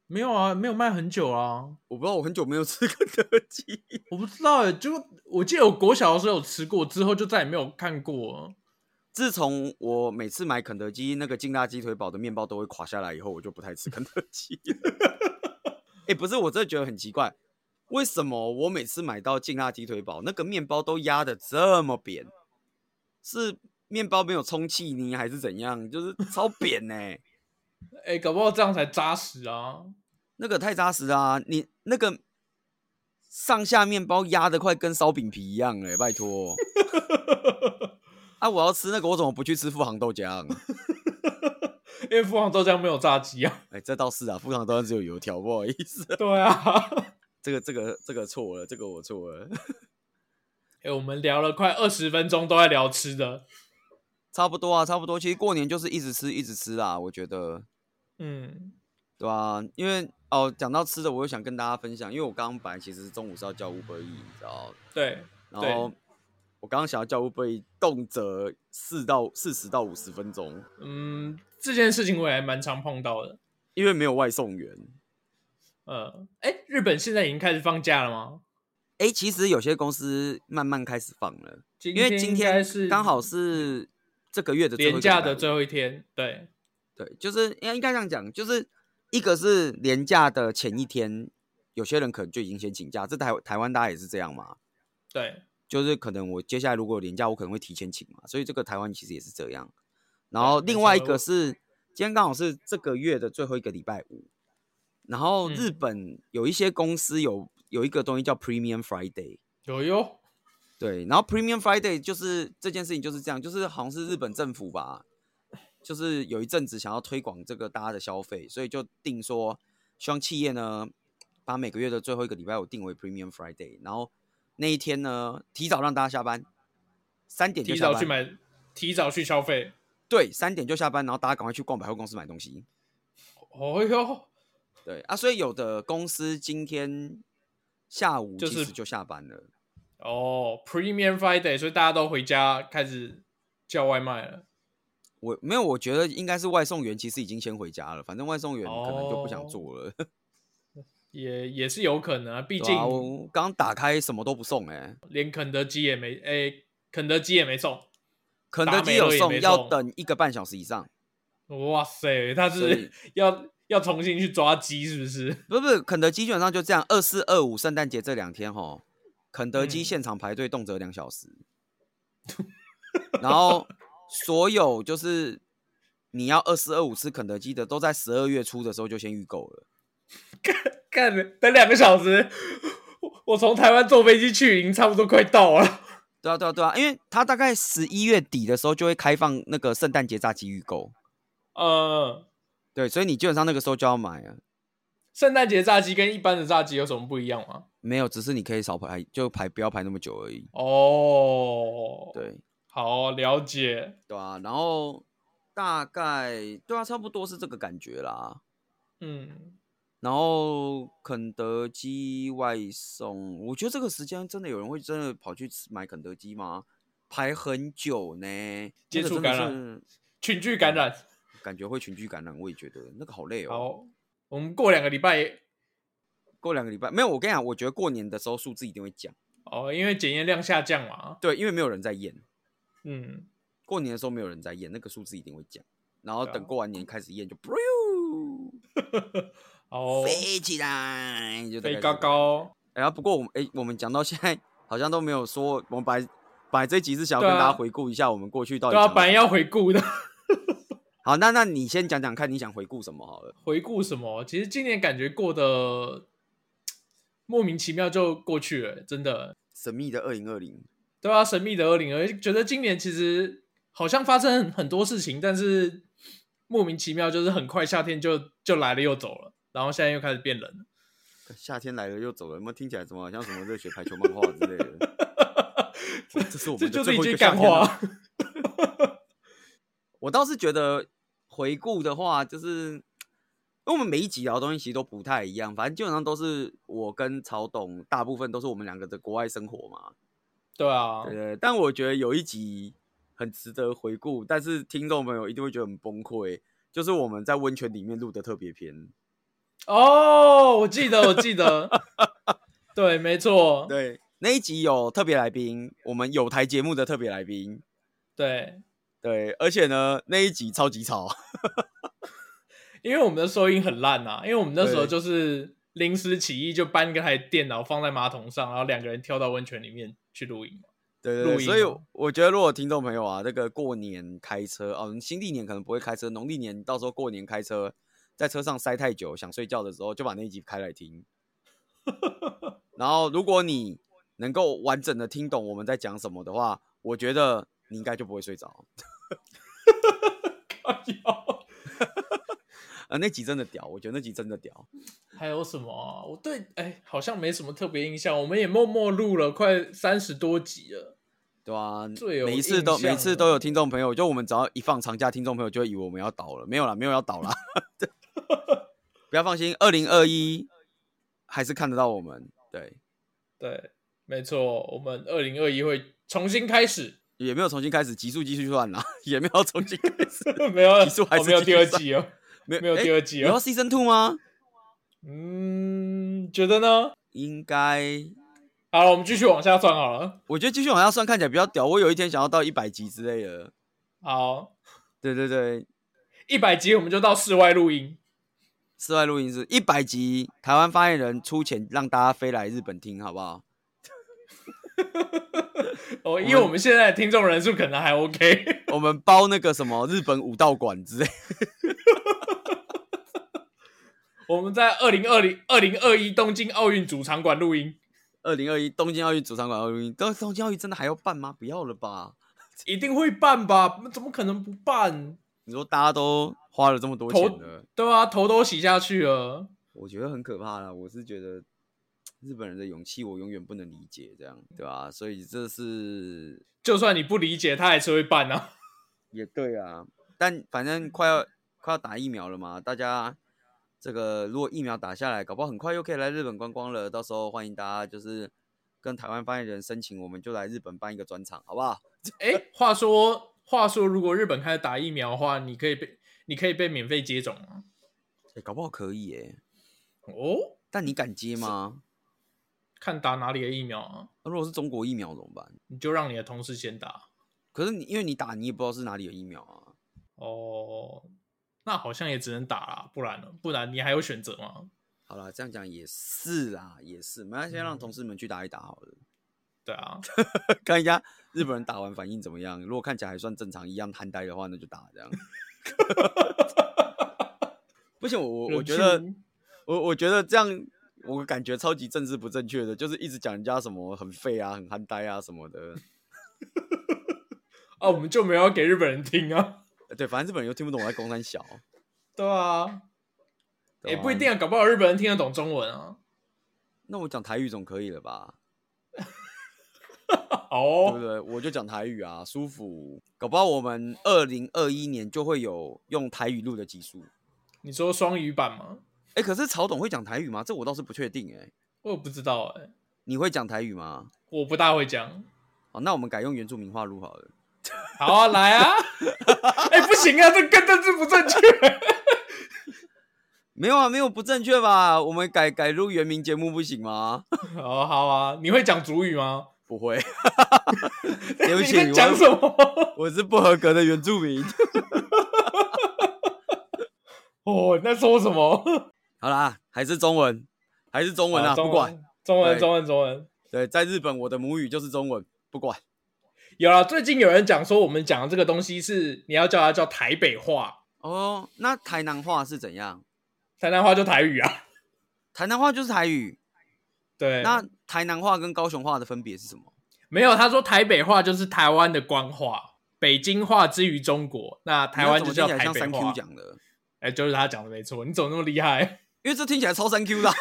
Speaker 1: 没有啊，没有卖很久啊，
Speaker 2: 我不知道，我很久没有吃肯德基。
Speaker 1: 我不知道哎、就我记得我国小的时候有吃过，之后就再也没有看过了。
Speaker 2: 自从我每次买肯德基那个劲辣鸡腿堡的面包都会垮下来以后，我就不太吃肯德基了。哎、不是，我真的觉得很奇怪，为什么我每次买到劲辣鸡腿堡那个面包都压的这么扁？是面包没有充气呢，还是怎样？就是超扁呢、
Speaker 1: 哎、搞不好这样才扎实啊。
Speaker 2: 那个太扎实啦、你那个上下面包压的快跟烧饼皮一样了、拜托。啊，我要吃那个，我怎么不去吃富航豆浆？
Speaker 1: 因为富航豆浆没有炸鸡啊。
Speaker 2: 哎、这倒是啊，富航豆浆只有油条，不好意思，
Speaker 1: 对啊。
Speaker 2: 这个这个这个错了，这个我错了，
Speaker 1: 哎、我们聊了快二十分钟，都在聊吃的。
Speaker 2: 差不多啊，差不多。其实过年就是一直吃，一直吃啊，我觉得，
Speaker 1: 嗯，
Speaker 2: 对吧、因为哦，讲到吃的，我又想跟大家分享，因为我刚刚本来其实中午是要叫 Uber E，你知道，
Speaker 1: 对，
Speaker 2: 然
Speaker 1: 对
Speaker 2: 后我刚刚想要叫 Uber E，动辄四到四十到五十分钟，
Speaker 1: 嗯，这件事情我也还蛮常碰到的。
Speaker 2: 因为没有外送员。
Speaker 1: 呃，哎，日本现在已经开始放假了吗？
Speaker 2: 哎、其实有些公司慢慢开始放了，
Speaker 1: 今
Speaker 2: 因为今
Speaker 1: 应该
Speaker 2: 天
Speaker 1: 是
Speaker 2: 刚好是这个月的最后一
Speaker 1: 廉
Speaker 2: 个
Speaker 1: 价
Speaker 2: 礼拜
Speaker 1: 的
Speaker 2: 五
Speaker 1: 最后一天。对，
Speaker 2: 对，就是应该应该这样讲，就是一个是年假的前一天，有些人可能就已经先请假，这台台湾大家也是这样嘛，
Speaker 1: 对，
Speaker 2: 就是可能我接下来如果有年假，我可能会提前请嘛，所以这个台湾其实也是这样。然
Speaker 1: 对
Speaker 2: 后
Speaker 1: 没
Speaker 2: 另
Speaker 1: 错
Speaker 2: 外一
Speaker 1: 我
Speaker 2: 个是今天刚好是这个月的最后一个礼拜五，然后日
Speaker 1: 嗯
Speaker 2: 本有一些公司有有一个东西叫 Premium Friday，
Speaker 1: 有哟。
Speaker 2: 对，然后 Premium Friday 就是这件事情就是这样，就是好像是日本政府吧，就是有一阵子想要推广这个大家的消费，所以就定说，希望企业呢把每个月的最后一个礼拜五定为 Premium Friday，然后那一天呢提早让大家下班，三点就
Speaker 1: 提
Speaker 2: 下
Speaker 1: 早
Speaker 2: 班，
Speaker 1: 去买，提早去消费。
Speaker 2: 对，三点就下班，然后大家赶快去逛百货公司买东西。
Speaker 1: 哦哟，
Speaker 2: 对啊，所以有的公司今天下午
Speaker 1: 就
Speaker 2: 其
Speaker 1: 是
Speaker 2: 实就下班了。
Speaker 1: 哦，Premium Friday，所以大家都回家开始叫外卖了。
Speaker 2: 我没有，我觉得应该是外送员其实已经先回家了，反正外送员可能就不
Speaker 1: 哦
Speaker 2: 想做了。
Speaker 1: 也也是有可能啊，毕
Speaker 2: 对
Speaker 1: 竟
Speaker 2: 啊、我刚打开什么都不送哎、
Speaker 1: 连肯德基也没，诶，肯德基也没送。
Speaker 2: 肯
Speaker 1: 达
Speaker 2: 德基
Speaker 1: 美
Speaker 2: 有
Speaker 1: 乐也
Speaker 2: 送，
Speaker 1: 没
Speaker 2: 要
Speaker 1: 送
Speaker 2: 等一个半小时以上。
Speaker 1: 哇塞，他
Speaker 2: 所
Speaker 1: 是
Speaker 2: 以
Speaker 1: 要要重新去抓鸡是不是？
Speaker 2: 不是不是，肯德基基本上就这样，二四二五圣诞节这两天哈，肯德基
Speaker 1: 嗯
Speaker 2: 现场排队动辄两小时，然后所有就是你要二四二五吃肯德基的，都在十二月初的时候就先预购了。
Speaker 1: 干了等两个小时，我我从台湾坐飞机去，已经差不多快到了。
Speaker 2: 对啊，对啊，对啊，因为它大概十一月底的时候就会开放那个圣诞节炸鸡预购，
Speaker 1: 呃，
Speaker 2: 对，所以你基本上那个时候就要买啊。
Speaker 1: 圣诞节炸鸡跟一般的炸鸡有什么不一样吗？
Speaker 2: 没有，只是你可以少排，就排不要排那么久而已。
Speaker 1: 哦，，
Speaker 2: 对，
Speaker 1: 好了解。
Speaker 2: 对啊，然后大概对啊，差不多是这个感觉啦。
Speaker 1: 嗯，
Speaker 2: 然后肯德基外送，我觉得这个时间真的有人会真的跑去吃买肯德基吗？排很久呢，
Speaker 1: 接
Speaker 2: 那个
Speaker 1: 触
Speaker 2: 真的
Speaker 1: 感啊染
Speaker 2: 是
Speaker 1: 群聚感染。
Speaker 2: 感觉会群聚感啊染，我也觉得那个好累哦。
Speaker 1: 好，我们过两个礼拜
Speaker 2: 过两个礼拜没有，我跟你讲，我觉得过年的时候数字一定会降，
Speaker 1: 哦，因为检验量下降嘛。
Speaker 2: 对，因为没有人在验，
Speaker 1: 嗯，
Speaker 2: 过年的时候没有人在验，那个数字一定会降。然后
Speaker 1: 对啊
Speaker 2: 等过完年开始验就，
Speaker 1: 好，
Speaker 2: 飞起来，就大概
Speaker 1: 哦飞高
Speaker 2: 是这样
Speaker 1: 高。
Speaker 2: 哎、呀，不过我们哎、我们讲到现在好像都没有说，我们本来本来这一集是想要
Speaker 1: 对啊
Speaker 2: 跟大家回顾一下我们过去到底
Speaker 1: 对啊，
Speaker 2: 讲了
Speaker 1: 本来
Speaker 2: 什么
Speaker 1: 要回顾的。
Speaker 2: 好，那那你先讲讲看，你想回顾什么好了？
Speaker 1: 回顾什么？其实今年感觉过得莫名其妙就过去了，真的。
Speaker 2: 神秘的二零二零，
Speaker 1: 对啊，神秘的二零二，觉得今年其实好像发生很很多事情，但是莫名其妙就是很快夏天就就来了又走了，然后现在又开始变冷了。
Speaker 2: 夏天来了又走了，有没有听起来怎么好像什么热血排球漫画之类的？ 哇这 是我
Speaker 1: 这
Speaker 2: 们的
Speaker 1: 就是
Speaker 2: 最
Speaker 1: 一
Speaker 2: 后
Speaker 1: 句
Speaker 2: 个夏
Speaker 1: 干
Speaker 2: 天了
Speaker 1: 话。
Speaker 2: 我倒是觉得回顾的话，就是因为我们每一集聊的东西其实都不太一样，反正基本上都是我跟曹董，大部分都是我们两个的国外生活嘛。
Speaker 1: 对啊，
Speaker 2: 对，但我觉得有一集很值得回顾，但是听众朋友一定会觉得很崩溃，就是我们在温泉里面录的特别篇。
Speaker 1: 哦，我记得，我记 得，对，没错，
Speaker 2: 对，那一集有特别来宾，我们有台节目的特别来宾。
Speaker 1: 对，
Speaker 2: 对，而且呢，那一集超级吵。
Speaker 1: 因为我们的收音很烂啊，因为我们那时候
Speaker 2: 对
Speaker 1: 就是临时起意，就搬个台电脑放在马桶上，然后两个人跳到温泉里面去录 音。
Speaker 2: 对
Speaker 1: 录
Speaker 2: 对对，
Speaker 1: 音
Speaker 2: 所以
Speaker 1: 哦
Speaker 2: 我觉得如果听众朋友啊，这个过年开车哦，你新历年可能不会开车，农历年到时候过年开车，在车上塞太久，想睡觉的时候就把那一集开 来听。然后，如果你能够完整的听懂我们在讲什么的话，我觉得你应该就不会睡着。
Speaker 1: 哎呦，
Speaker 2: 呃，那集真的屌，我觉得那集真的屌。
Speaker 1: 还有什么啊、我对，哎，好像没什么特别印象。我们也默默录了快三十多集了。
Speaker 2: 对啊，
Speaker 1: 最有
Speaker 2: 每一次都
Speaker 1: 印象
Speaker 2: 每一次都有听众朋友，就我们只要一放长假，听众朋友就会以为我们要倒了，没有啦，没有要倒啦， 不要放心，二零二一还是看得到我们，对，
Speaker 1: 对，没错，我们二零二一会重新开始，
Speaker 2: 也没有重新开始，集数继续算啦，也没有重新开始，
Speaker 1: 没有，
Speaker 2: 集数还
Speaker 1: 我
Speaker 2: 是
Speaker 1: 没有
Speaker 2: 继
Speaker 1: 第
Speaker 2: 续
Speaker 1: 二
Speaker 2: 算
Speaker 1: 季哦。
Speaker 2: 没有
Speaker 1: 没有
Speaker 2: 诶
Speaker 1: 第二季
Speaker 2: 有要
Speaker 1: 哦
Speaker 2: season two 吗？
Speaker 1: 嗯，觉得呢？
Speaker 2: 应该，
Speaker 1: 好了，我们继续往下算好了。
Speaker 2: 我觉得继续往下算看起来比较屌，我有一天想要到一百集之类的，
Speaker 1: 好，
Speaker 2: 对对对，
Speaker 1: 一百集我们就到室外录音。
Speaker 2: 室外录音室一百集，台湾发言人出钱让大家飞来日本听，好不好？
Speaker 1: 哦，因为我们现在的听众人数可能还 OK。
Speaker 2: 我们包那个什么日本武道馆之类的。
Speaker 1: 我们在二零二零二零二一东京奥运主场馆录音，
Speaker 2: 二零二一东京奥运主场馆奥运，东东京奥运真的还要办吗？不要了吧！
Speaker 1: 一定会办吧？怎么可能不办？
Speaker 2: 你说大家都花了这么多钱
Speaker 1: 投
Speaker 2: 了，
Speaker 1: 对啊，头都洗下去了。
Speaker 2: 我觉得很可怕啦。我是觉得日本人的勇气，我永远不能理解，这样对吧、所以这是
Speaker 1: 就算你不理解，他还是会办啊。
Speaker 2: 也对啊，但反正快要快要打疫苗了嘛，大家这个如果疫苗打下来，搞不好很快又可以来日本观光了。到时候欢迎大家就是跟台湾发言人申请，我们就来日本办一个专场，好不好？
Speaker 1: 哎、话说话说，如果日本开始打疫苗的话，你可以被你可以被免费接种吗？
Speaker 2: 哎、搞不好可以耶、
Speaker 1: 哦，
Speaker 2: 但你敢接吗？
Speaker 1: 看打哪里的疫苗啊，
Speaker 2: 那如果是中国疫苗怎么办？
Speaker 1: 你就让你的同事先打。
Speaker 2: 可是你因为你打，你也不知道是哪里有疫苗啊。
Speaker 1: 哦，那好像也只能打啦，不然呢？不然你还有选择吗？
Speaker 2: 好啦，这样讲也是啦，也是。那先让
Speaker 1: 嗯
Speaker 2: 同事们去打一打好了，
Speaker 1: 对啊，
Speaker 2: 看一下日本人打完反应怎么样。如果看起来还算正常，一样憨呆的话，那就打这样。 不行，我我
Speaker 1: 人
Speaker 2: 我觉得
Speaker 1: 性
Speaker 2: 我我觉得这样，我感觉超级政治不正确的，就是一直讲人家什么很废啊、很憨呆啊什么的。
Speaker 1: 啊，我们就没有要给日本人听啊。
Speaker 2: 呃对，反正日本人又听不懂我在公山小，
Speaker 1: 对啊，
Speaker 2: 对
Speaker 1: 也、
Speaker 2: 吧
Speaker 1: 不一。定啊，搞不好日本人听得懂中文啊。
Speaker 2: 那我讲台语总可以了吧？对不
Speaker 1: 哦，
Speaker 2: 对？我就讲台语啊，舒服。搞不好我们二零二一年就会有用台语录的集数。
Speaker 1: 你说双语版吗？
Speaker 2: 哎，可是曹董会讲台语吗？这我倒是不确定哎、
Speaker 1: 我也不知道哎、
Speaker 2: 你会讲台语吗？
Speaker 1: 我不大会讲。
Speaker 2: 好，那我们改用原住民话录好了。
Speaker 1: 好啊，来 啊！哎、不行啊，这跟政治不正确。
Speaker 2: 没有啊，没有不正确吧？我们改改录原名节目不行吗？
Speaker 1: 哦，好啊，你会讲主语吗？
Speaker 2: 不会， 对不
Speaker 1: 你
Speaker 2: 起，
Speaker 1: 在讲
Speaker 2: 我
Speaker 1: 什么？
Speaker 2: 我是不合格的原住民。
Speaker 1: 哦，你在说什么？
Speaker 2: 好啦，还是中文，还是中文啊，
Speaker 1: 好
Speaker 2: 不管。，
Speaker 1: 中文，
Speaker 2: 对
Speaker 1: 中文，中文。
Speaker 2: 对，在日本我的母语就是中文，不管。
Speaker 1: 有了，最近有人讲说，我们讲的这个东西是你要叫它叫台北话，
Speaker 2: 哦，那台南话是怎样？
Speaker 1: 台南话就台语啊。
Speaker 2: 台南话就是台语。
Speaker 1: 对，
Speaker 2: 那台南话跟高雄话的分别是什么？
Speaker 1: 没有，他说台北话就是台湾的官话，北京话之于中国，那台湾就
Speaker 2: 你怎
Speaker 1: 叫
Speaker 2: 么听起
Speaker 1: 台
Speaker 2: 来像
Speaker 1: 北
Speaker 2: 三
Speaker 1: 话
Speaker 2: Q。讲的，
Speaker 1: 哎、就是他讲的没错，你怎么那么厉害？
Speaker 2: 因为这听起来超三 Q 的啊。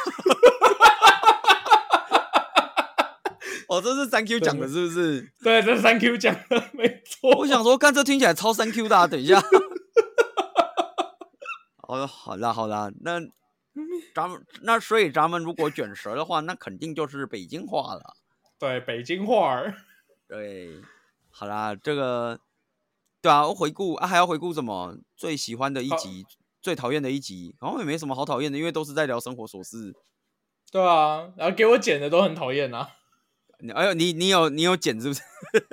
Speaker 2: 哦，这是三 Q 讲的，是不是？
Speaker 1: 对，哦这是三 Q 讲的没错。
Speaker 2: 我想说，看这听起来超三 Q 的、啊。等一下， 好了，好啦，好啦，那
Speaker 1: 嗯
Speaker 2: 咱们那所以咱们如果卷舌的话，那肯定就是北京话了。
Speaker 1: 对，北京话儿。
Speaker 2: 对，好啦，这个对啊，回顾啊，还要回顾什么最喜欢的一
Speaker 1: 好
Speaker 2: 集，最讨厌的一集，好像也没什么好讨厌的，因为都是在聊生活琐事。
Speaker 1: 对啊，然后给我剪的都很讨厌啊。
Speaker 2: 你哎呦，你你有你有剪是不 是？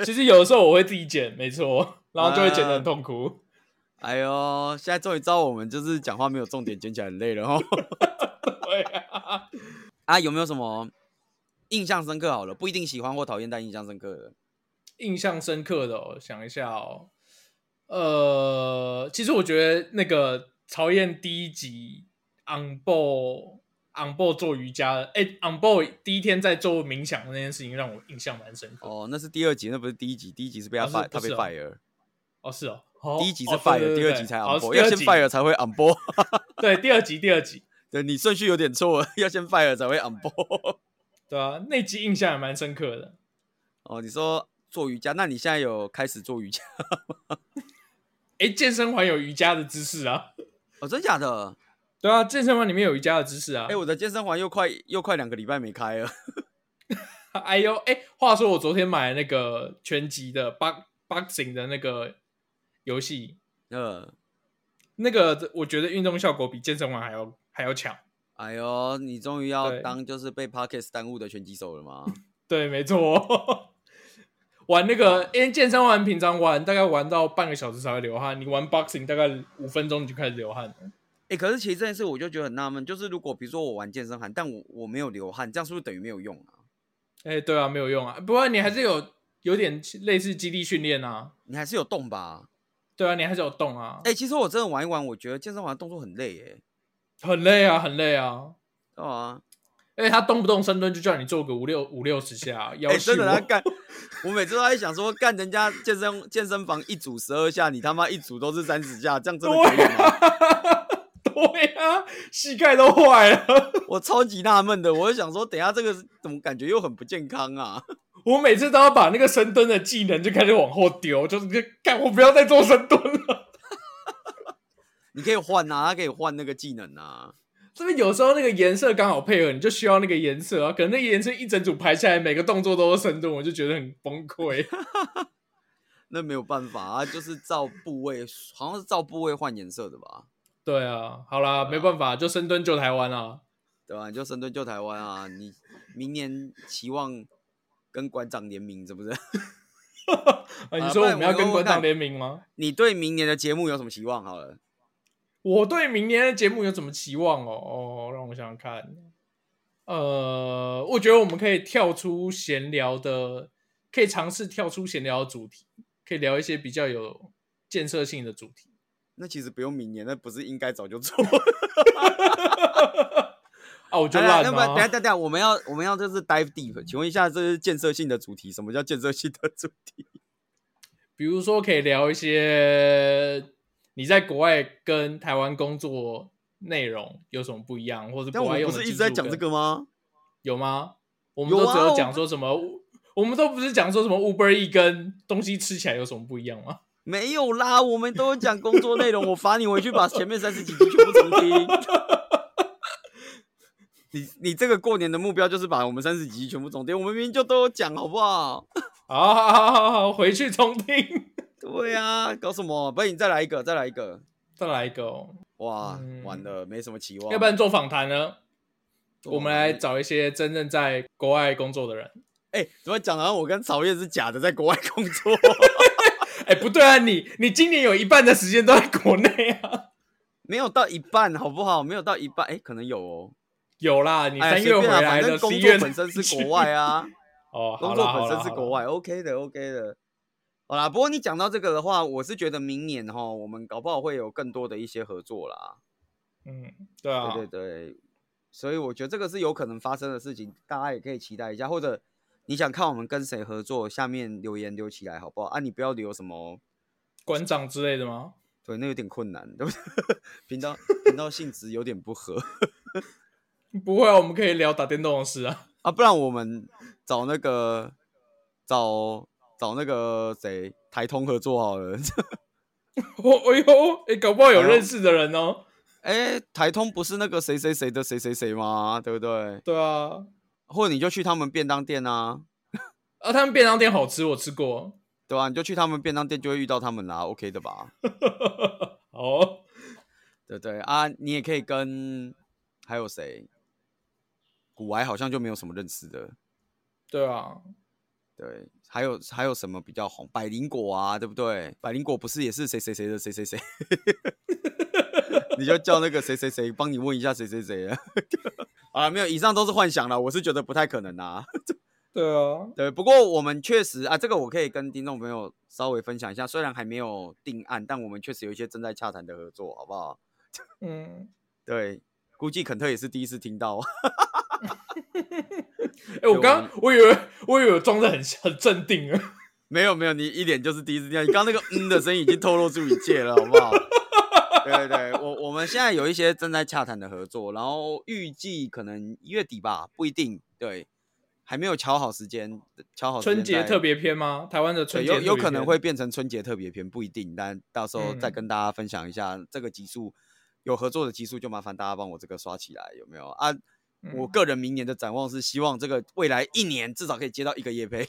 Speaker 1: 其实有的时候我会自己剪，没错，然后就会剪得很痛苦。
Speaker 2: 哎呦，现在终于知道我们就是讲话没有重点，剪起来很累了哦。
Speaker 1: 对啊，
Speaker 2: 啊，有没有什么印象深刻？好了，不一定喜欢或讨厌，但印象深刻的。
Speaker 1: 印象深刻的、哦，想一下哦。呃，其实我觉得那个曹燕第一集 on board on board 做瑜伽的，哎，on board 第一天在做冥想的那件事情让我印象蛮深刻。
Speaker 2: 哦，那是第二集，那不是第一集。第一集是被他
Speaker 1: 哦是
Speaker 2: fire，、
Speaker 1: 不
Speaker 2: 他被
Speaker 1: 是哦
Speaker 2: fire。
Speaker 1: 哦，是哦，哦
Speaker 2: 第一集是
Speaker 1: 哦对
Speaker 2: fire，、
Speaker 1: 对对
Speaker 2: 第二
Speaker 1: 对
Speaker 2: 集才
Speaker 1: 好
Speaker 2: on
Speaker 1: 是
Speaker 2: board，
Speaker 1: 第
Speaker 2: 要
Speaker 1: 二
Speaker 2: 先
Speaker 1: 集
Speaker 2: fire 才会 on board。
Speaker 1: 对，第二集，第二集，
Speaker 2: 对你顺序有点错，要先 fire 才会 on board。
Speaker 1: 对啊，那集印象也蛮深刻的。
Speaker 2: 哦，你说做瑜伽，那你现在有开始做瑜伽？
Speaker 1: 哎，健身环有瑜伽的姿势啊，
Speaker 2: 哦，真假的？
Speaker 1: 对啊，健身环里面有瑜伽的姿势啊。
Speaker 2: 哎、我的健身环又快又快两个礼拜没开了。
Speaker 1: 哎呦，哎、话说我昨天买那个拳击的 box boxing 的那个游戏，
Speaker 2: 呃，
Speaker 1: 那个我觉得运动效果比健身环还要还要强。
Speaker 2: 哎呦，你终于要
Speaker 1: 对
Speaker 2: 当就是被 Parkes 耽误的拳击手了吗？
Speaker 1: 对，没错。 玩那个，因为健身环平常玩大概玩到半个小时才会流汗，你玩 boxing 大概五分钟你就开始流汗了。
Speaker 2: 哎、可是其实这件事我就觉得很纳闷，就是如果比如说我玩健身环，但我我没有流汗，这样是不是等于没有用啊？
Speaker 1: 哎、对啊，没有用啊。不过你还是有有点类似基地训练啊，
Speaker 2: 你还是有动吧？
Speaker 1: 对啊，你还是有动啊。
Speaker 2: 哎、其实我真的玩一玩，我觉得健身环的动作很累、耶。
Speaker 1: 很累啊，很累啊。
Speaker 2: 哎，啊，
Speaker 1: 而且他动不动深蹲就叫你做个五六五六十下，要
Speaker 2: 哎、
Speaker 1: 死
Speaker 2: 真的
Speaker 1: 我
Speaker 2: 他干，我每次都在想说，干人家健身健身房一组十二下，你他妈一组都是三十下，这样真的可以吗？
Speaker 1: 对啊，膝盖都坏了。
Speaker 2: 我超级纳闷的，我就想说，等一下这个怎么感觉又很不健康啊？
Speaker 1: 我每次都要把那个深蹲的技能就开始往后丢，就是干我不要再做深蹲了。
Speaker 2: 你可以换啊，他可以换那个技能啊。
Speaker 1: 这边有时候那个颜色刚好配合，你就需要那个颜色啊。可能那个颜色一整组排下来，每个动作都是深蹲，我就觉得很崩溃。
Speaker 2: 那没有办法啊，就是照部位，好像是照部位换颜色的吧？
Speaker 1: 对啊，好啦，没办法，就深蹲救台湾啊。
Speaker 2: 对吧？你就深蹲救台湾啊！你明年期望跟馆长联名，是不 是？
Speaker 1: 啊，你
Speaker 2: 啊
Speaker 1: 说
Speaker 2: 不
Speaker 1: 我
Speaker 2: 然
Speaker 1: 们要
Speaker 2: 我
Speaker 1: 跟
Speaker 2: 我
Speaker 1: 馆长
Speaker 2: 看
Speaker 1: 联名吗？
Speaker 2: 你对明年的节目有什么期望？好了，
Speaker 1: 我对明年的节目有什么期望哦？哦，让我想想看。呃，我觉得我们可以跳出闲聊的，可以尝试跳出闲聊的主题，可以聊一些比较有建设性的主题。
Speaker 2: 那其实不用明年，那不是应该早就做了？
Speaker 1: 啊， 我就
Speaker 2: 哎呀
Speaker 1: 烂
Speaker 2: 那
Speaker 1: 了、
Speaker 2: 么等一下等一下，我们要我们要就是 dive deep，请问一下，这是建设性的主题，什么叫建设性的主 题？
Speaker 1: 比如说，可以聊一些你在国外跟台湾工作内容有什么不一样，或者
Speaker 2: 但
Speaker 1: 国
Speaker 2: 我
Speaker 1: 外
Speaker 2: 们
Speaker 1: 用
Speaker 2: 不
Speaker 1: 的
Speaker 2: 是一
Speaker 1: 技
Speaker 2: 直在
Speaker 1: 术
Speaker 2: 讲这
Speaker 1: 跟
Speaker 2: 个吗？
Speaker 1: 有吗？我们
Speaker 2: 有
Speaker 1: 都
Speaker 2: 啊
Speaker 1: 只
Speaker 2: 我
Speaker 1: 有讲说什么，我们都不是讲说什么 Uber E 跟东西吃起来有什么不一样吗？
Speaker 2: 没有啦，我们都有讲工作内容，我罚你回去把前面三十几集全部重听。 你你这个过年的目标就是把我们三十几集全部重听，我们明明就都有讲，好不好？
Speaker 1: 好好好好好，回去重听，
Speaker 2: 对啊，搞什么？不然你再来一个，再来一个。
Speaker 1: 再来一个、哦，
Speaker 2: 哇，
Speaker 1: 嗯
Speaker 2: 完了，没什么期望。
Speaker 1: 要不然做访谈呢？
Speaker 2: 做
Speaker 1: 我们
Speaker 2: 访
Speaker 1: 来
Speaker 2: 谈
Speaker 1: 找一些真正在国外工作的人。
Speaker 2: 哎、怎么讲啊？我跟曹燕是假的，在国外工作。
Speaker 1: 哎、不对啊，你你今年有一半的时间都在国内啊？
Speaker 2: 没有到一半，好不好？没有到一半，哎、可能有哦。
Speaker 1: 有啦，你
Speaker 2: 哎呀
Speaker 1: 三月
Speaker 2: 随
Speaker 1: 回
Speaker 2: 便啊
Speaker 1: 来的，
Speaker 2: 反
Speaker 1: 十
Speaker 2: 正工
Speaker 1: 一
Speaker 2: 作
Speaker 1: 月
Speaker 2: 本身是国外啊，
Speaker 1: 哦，好
Speaker 2: 工
Speaker 1: 啦
Speaker 2: 作本
Speaker 1: 好啦
Speaker 2: 身是
Speaker 1: 好啦
Speaker 2: 国外，OK 的，OK 的。好啦，不过你讲到这个的话，我是觉得明年哈，我们搞不好会有更多的一些合作啦。
Speaker 1: 嗯，对啊，
Speaker 2: 对对对，所以我觉得这个是有可能发生的事情，大家也可以期待一下。或者你想看我们跟谁合作，下面留言留起来好不好？啊，你不要留什么
Speaker 1: 馆长之类的吗？
Speaker 2: 对，那有点困难，对不对？ 频道频道性质有点不合
Speaker 1: 不会啊，我们可以聊打电动的事啊。
Speaker 2: 啊，不然我们找那个找找那个谁台通合作好了。
Speaker 1: 哦，哎呦，哎、搞不好有认识的人哦。
Speaker 2: 哎，台通不是那个谁谁谁的谁谁谁吗？对不对？
Speaker 1: 对啊，
Speaker 2: 或者你就去他们便当店啊，
Speaker 1: 啊，他们便当店好吃，我吃过。
Speaker 2: 对吧、你就去他们便当店就会遇到他们啦，OK 的吧？
Speaker 1: 好哦，
Speaker 2: 对不对啊？你也可以跟还有谁？古癌好像就没有什么认识的，
Speaker 1: 对啊，
Speaker 2: 对，还有还有什么比较红？百灵果啊，对不对？百灵果不是也是谁谁谁的谁谁谁？ 你就叫那个谁谁谁帮你问一下谁谁谁啊？ 啊，没有，以上都是幻想啦，我是觉得不太可能啊。
Speaker 1: 对啊，
Speaker 2: 对，不过我们确实啊，这个我可以跟听众朋友稍微分享一下，虽然还没有定案，但我们确实有一些正在洽谈的合作，好不好？
Speaker 1: 嗯，
Speaker 2: 对，估计肯特也是第一次听到，
Speaker 1: 哎、我
Speaker 2: 啊
Speaker 1: 刚我以为我以为我装的很很镇定啊。
Speaker 2: 没有没有，你一脸就是第一次听到，你刚刚那个嗯的声音已经透露出一切了，好不好？对对对，我我们现在有一些正在洽谈的合作，然后预计可能一月底吧，不一定，对，还没有敲好时间，敲好时间
Speaker 1: 春节
Speaker 2: 再
Speaker 1: 特别篇吗？台湾的春
Speaker 2: 哦对，
Speaker 1: 节
Speaker 2: 有
Speaker 1: 特
Speaker 2: 有
Speaker 1: 别
Speaker 2: 可能
Speaker 1: 篇
Speaker 2: 会变成春节特别篇，不一定，但到时候再
Speaker 1: 嗯
Speaker 2: 跟大家分享一下这个集数。有合作的集数，就麻烦大家帮我这个刷起来，有没有啊？我
Speaker 1: 嗯
Speaker 2: 个人明年的展望是希望这个未来一年至少可以接到一个夜配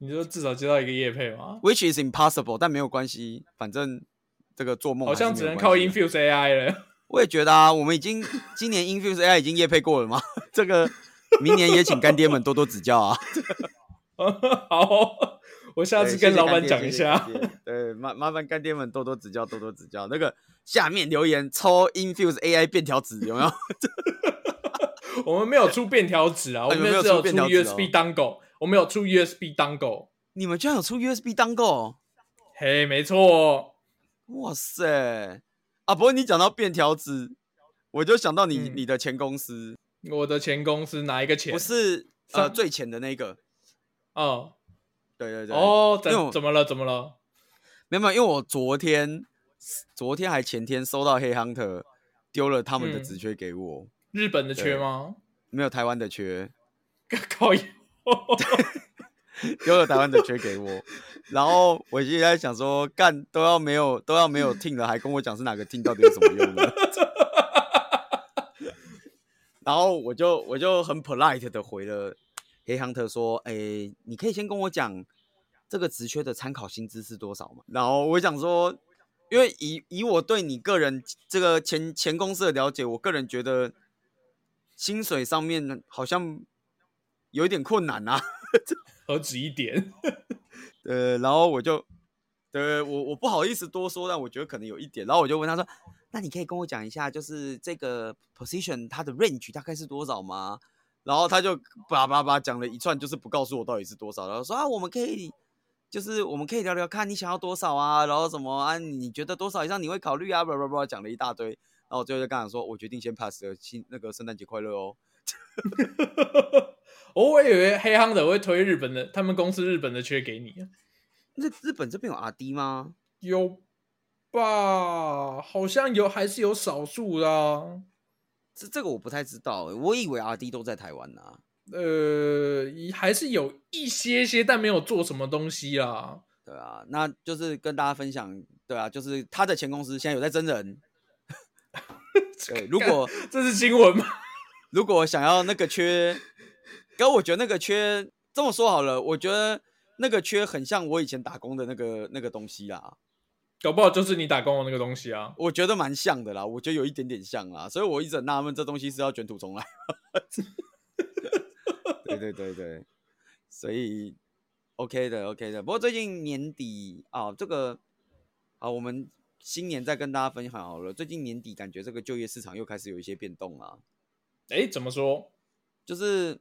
Speaker 1: 你就至少接到一个夜配吗？
Speaker 2: ，which is impossible，但没有关系，反正这个做梦
Speaker 1: 好
Speaker 2: 还是
Speaker 1: 像
Speaker 2: 没
Speaker 1: 只
Speaker 2: 有
Speaker 1: 能
Speaker 2: 关
Speaker 1: 靠
Speaker 2: 系的
Speaker 1: Infuse AI 了。
Speaker 2: 我也觉得啊，我们已经今年 Infuse AI 已经夜配过了嘛，这个明年也请干爹们多多指教啊。
Speaker 1: 好哦，我下次
Speaker 2: 对谢
Speaker 1: 跟
Speaker 2: 谢
Speaker 1: 老
Speaker 2: 干
Speaker 1: 板
Speaker 2: 爹
Speaker 1: 讲
Speaker 2: 谢
Speaker 1: 一
Speaker 2: 谢
Speaker 1: 下。
Speaker 2: 干爹对，麻麻烦干爹们多多指教，多多指教。那个下面留言抽 Infuse AI 便条纸有没 有？
Speaker 1: 我们没有出便条纸 啊，我
Speaker 2: 你们没哎
Speaker 1: 们
Speaker 2: 有
Speaker 1: 只
Speaker 2: 出
Speaker 1: 有出
Speaker 2: 便条纸哦
Speaker 1: USB dongle，我们有出 USB dongle。
Speaker 2: 你们居然有出 USB 当购？
Speaker 1: 嘿，没错，
Speaker 2: 哇塞！啊，不过你讲到便条纸，我就想到你、
Speaker 1: 嗯
Speaker 2: 你的前公司，
Speaker 1: 我的前公司哪一个钱？
Speaker 2: 不是呃
Speaker 1: 上
Speaker 2: 最前的那个。
Speaker 1: 哦
Speaker 2: 对对对。，
Speaker 1: 哦，
Speaker 2: 因为我
Speaker 1: 怎怎么了？怎么了？
Speaker 2: 没有没有，因为我昨天昨天还前天收到黑 hunter 丢了他们的
Speaker 1: 嗯
Speaker 2: 职缺给我，
Speaker 1: 日本的缺
Speaker 2: 对
Speaker 1: 吗？
Speaker 2: 没有台湾的缺。
Speaker 1: 靠腰！
Speaker 2: 丢了台湾的缺给我，然后我现在想说，干都要没有都要没有 team 了，还跟我讲是哪个 team 到底有什么用呢？ 然后我就我就很 polite 的回了黑 hunter 说，哎、你可以先跟我讲这个职缺的参考薪资是多少嘛？然后我想说，因为以以我对你个人这个前前公司的了解，我个人觉得薪水上面好像有一点困难啊。
Speaker 1: 何止一点？
Speaker 2: 呃，然后我就，对我我不好意思多说，但我觉得可能有一点，然后我就问他说，那你可以跟我讲一下，就是这个 position 它的 range 大概是多少吗？然后他就叭叭叭讲了一串，就是不告诉我到底是多少，然后说啊，我们可以就是我们可以聊聊看你想要多少啊，然后什么啊，你觉得多少以上你会考虑啊，不不不，讲了一大堆，然后我最后就跟他说，我决定先 pass 了，新那个圣诞节快乐哦。
Speaker 1: 哦， 我以为黑夯的会推日本的，他们公司日本的缺给你，啊
Speaker 2: 日日本这边有 R D 吗？
Speaker 1: 有吧？好像有，还是有少数啦。
Speaker 2: 这这个我不太知道欸、我以为 R D 都在台湾呢、
Speaker 1: 呃，还是有一些些，但没有做什么东西啦。
Speaker 2: 对啊，那就是跟大家分享，对啊，就是他的前公司现在有在真人。对，如果
Speaker 1: 这是新闻吗？
Speaker 2: 如果想要那个缺，可我觉得那个缺这么说好了，我觉得那个缺很像我以前打工的那个那个东西啦，
Speaker 1: 搞不好就是你打工的那个东西啊。
Speaker 2: 我觉得蛮像的啦，我觉得有一点点像啦，所以我一直很纳闷这东西是要卷土重来 吗。对对对对，所以 OK 的 OK 的，不过最近年底啊，这个啊，我们新年再跟大家分享好了，最近年底感觉这个就业市场又开始有一些变动啦。
Speaker 1: 哎，怎么说？
Speaker 2: 就是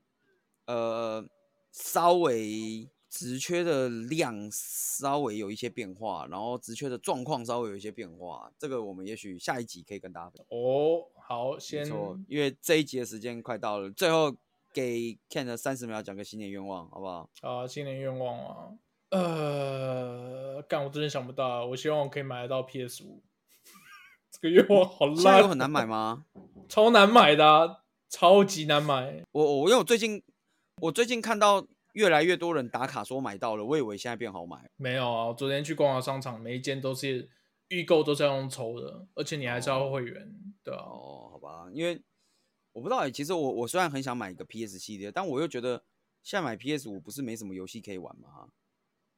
Speaker 2: 呃稍微职缺的量稍微有一些变化，然后职缺的状况稍微有一些变化，这个我们也许下一集可以跟大家分享。
Speaker 1: 哦，好，
Speaker 2: 没
Speaker 1: 先
Speaker 2: 错，因为这一集的时间快到了，最后给 Ken 的三十秒讲个新年愿望，好不好？
Speaker 1: 啊、新年愿望啊，呃，干，我真的想不到啊，我希望我可以买得到 PS 五， 这个愿望好
Speaker 2: 现在
Speaker 1: 烂啊
Speaker 2: 有，很难买吗？
Speaker 1: 超难买的啊、超级难买。
Speaker 2: 我我因为我最近我最近看到越来越多人打卡说买到了，我以为现在变好买。
Speaker 1: 没有啊，我昨天去逛了商场，每一间都是预购都是要用抽的，而且你还是要会员，对啊，
Speaker 2: 哦，好吧，因为我不知道欸，其实我我虽然很想买一个 PS 系列，但我又觉得现在买 PS 五不是没什么游戏可以玩吗？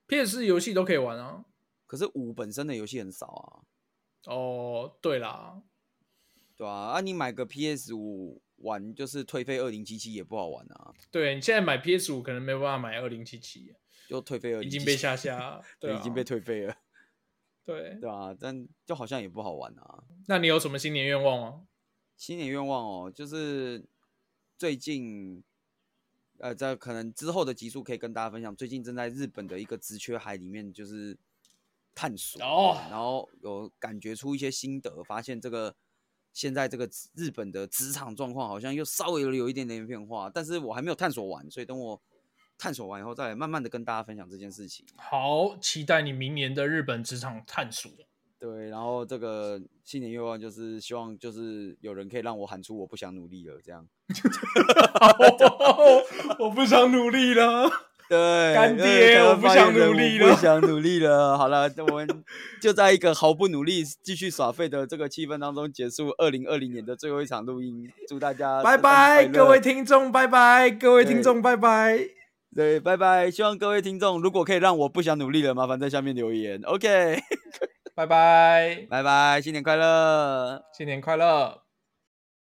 Speaker 1: PS 游戏都可以玩啊。
Speaker 2: 可是五本身的游戏很少啊，
Speaker 1: 哦，对啦，
Speaker 2: 对吧、啊？你买个 PS 五玩就是退费二零七七也不好玩啊，
Speaker 1: 对你现在买 PS 五可能没办法买二零七七，
Speaker 2: 就退费二
Speaker 1: 已
Speaker 2: 零
Speaker 1: 经被下架了，对、
Speaker 2: 对，
Speaker 1: 啊，
Speaker 2: 已经被退费了，
Speaker 1: 对。
Speaker 2: 对吧、但就好像也不好玩啊。
Speaker 1: 那你有什么新年愿望吗？
Speaker 2: 新年愿望哦，就是最近，呃，在可能之后的集数可以跟大家分享，最近正在日本的一个职缺海里面就是探索，
Speaker 1: 哦
Speaker 2: 对然后有感觉出一些心得，发现这个现在这个职日本的职场状况好像又稍微有一点点变化，但是我还没有探索完，所以等我探索完以后再慢慢的跟大家分享这件事情。
Speaker 1: 好，期待你明年的日本职场探 索。
Speaker 2: 对，然后这个新年愿望就是希望就是有人可以让我喊出我不想努力了这样。
Speaker 1: 我不想努力了。
Speaker 2: 对，
Speaker 1: 干
Speaker 2: 呃
Speaker 1: 爹
Speaker 2: 台湾
Speaker 1: 我不
Speaker 2: 发
Speaker 1: 想
Speaker 2: 言
Speaker 1: 努
Speaker 2: 人
Speaker 1: 力
Speaker 2: 我
Speaker 1: 了
Speaker 2: 不想努力 了。好了，那我们就在一个毫不努力、继续耍废的这个气氛当中结束二零二零年的最后一场录音。祝大家
Speaker 1: 拜
Speaker 2: 圣诞
Speaker 1: 拜，
Speaker 2: 快
Speaker 1: 各位
Speaker 2: 乐，
Speaker 1: 听众，拜拜，各位听
Speaker 2: 对
Speaker 1: 众，拜拜。
Speaker 2: 对，拜拜。希望各位听众，如果可以让我不想努力了，麻烦在下面留言。OK，
Speaker 1: 拜拜，
Speaker 2: 拜拜，新年快乐。
Speaker 1: 新年快乐。